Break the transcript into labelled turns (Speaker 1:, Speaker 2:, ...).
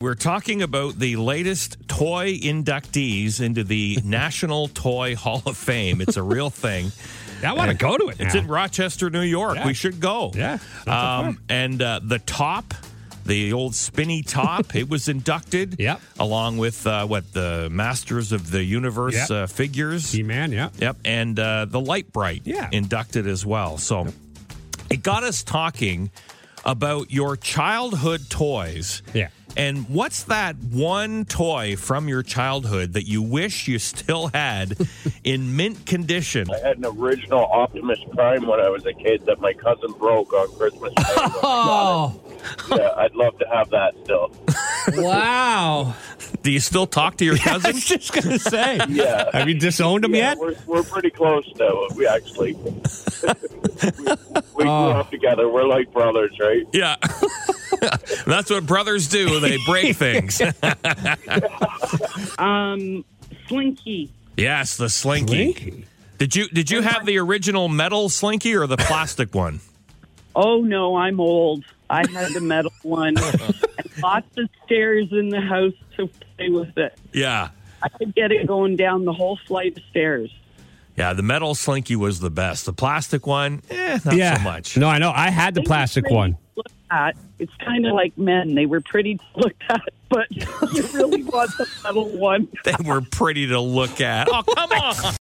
Speaker 1: We're talking about the latest toy inductees into the National Toy Hall of Fame. It's a real thing.
Speaker 2: I want to go to it.
Speaker 1: It's
Speaker 2: now.
Speaker 1: in Rochester, New York.
Speaker 2: Yeah.
Speaker 1: We should go.
Speaker 2: Yeah, sounds like
Speaker 1: Um, and uh, the top, the old spinny top, it was inducted.
Speaker 2: Yep.
Speaker 1: Along with uh, what the Masters of the Universe
Speaker 2: Yep.
Speaker 1: uh, figures.
Speaker 2: He-Man. Yeah.
Speaker 1: Yep, and uh, the Light Bright
Speaker 2: Yeah.
Speaker 1: inducted as well. So it got us talking about your childhood toys.
Speaker 2: Yeah.
Speaker 1: And what's that one toy from your childhood that you wish you still had in mint condition?
Speaker 3: I had an original Optimus Prime when I was a kid that my cousin broke on Christmas. Day.
Speaker 2: Oh
Speaker 3: yeah, I'd love to have that still.
Speaker 2: wow!
Speaker 1: Do you still talk to your
Speaker 2: I
Speaker 1: cousin?
Speaker 2: was just gonna say.
Speaker 3: Yeah.
Speaker 2: Have you disowned him
Speaker 3: Yeah,
Speaker 2: yet?
Speaker 3: we're, we're pretty close though. We actually we, we grew up together. We're like brothers, right?
Speaker 1: Yeah. That's what brothers do. They break things.
Speaker 4: Um, Slinky.
Speaker 1: yes, the slinky.
Speaker 2: Slinky.
Speaker 1: Did you did you have the original metal slinky or the plastic one?
Speaker 4: Oh no, I'm old. I had the metal one. And lots of stairs in the house to play with it.
Speaker 1: Yeah.
Speaker 4: I could get it going down the whole flight of stairs.
Speaker 1: Yeah, the metal slinky was the best. The plastic one, eh, not
Speaker 2: yeah.
Speaker 1: so much.
Speaker 2: No, I know. I had the plastic one.
Speaker 4: Look at. It's kind of like men. They were pretty to look at, but you really want the metal one.
Speaker 1: They were pretty to look at. Oh, come on.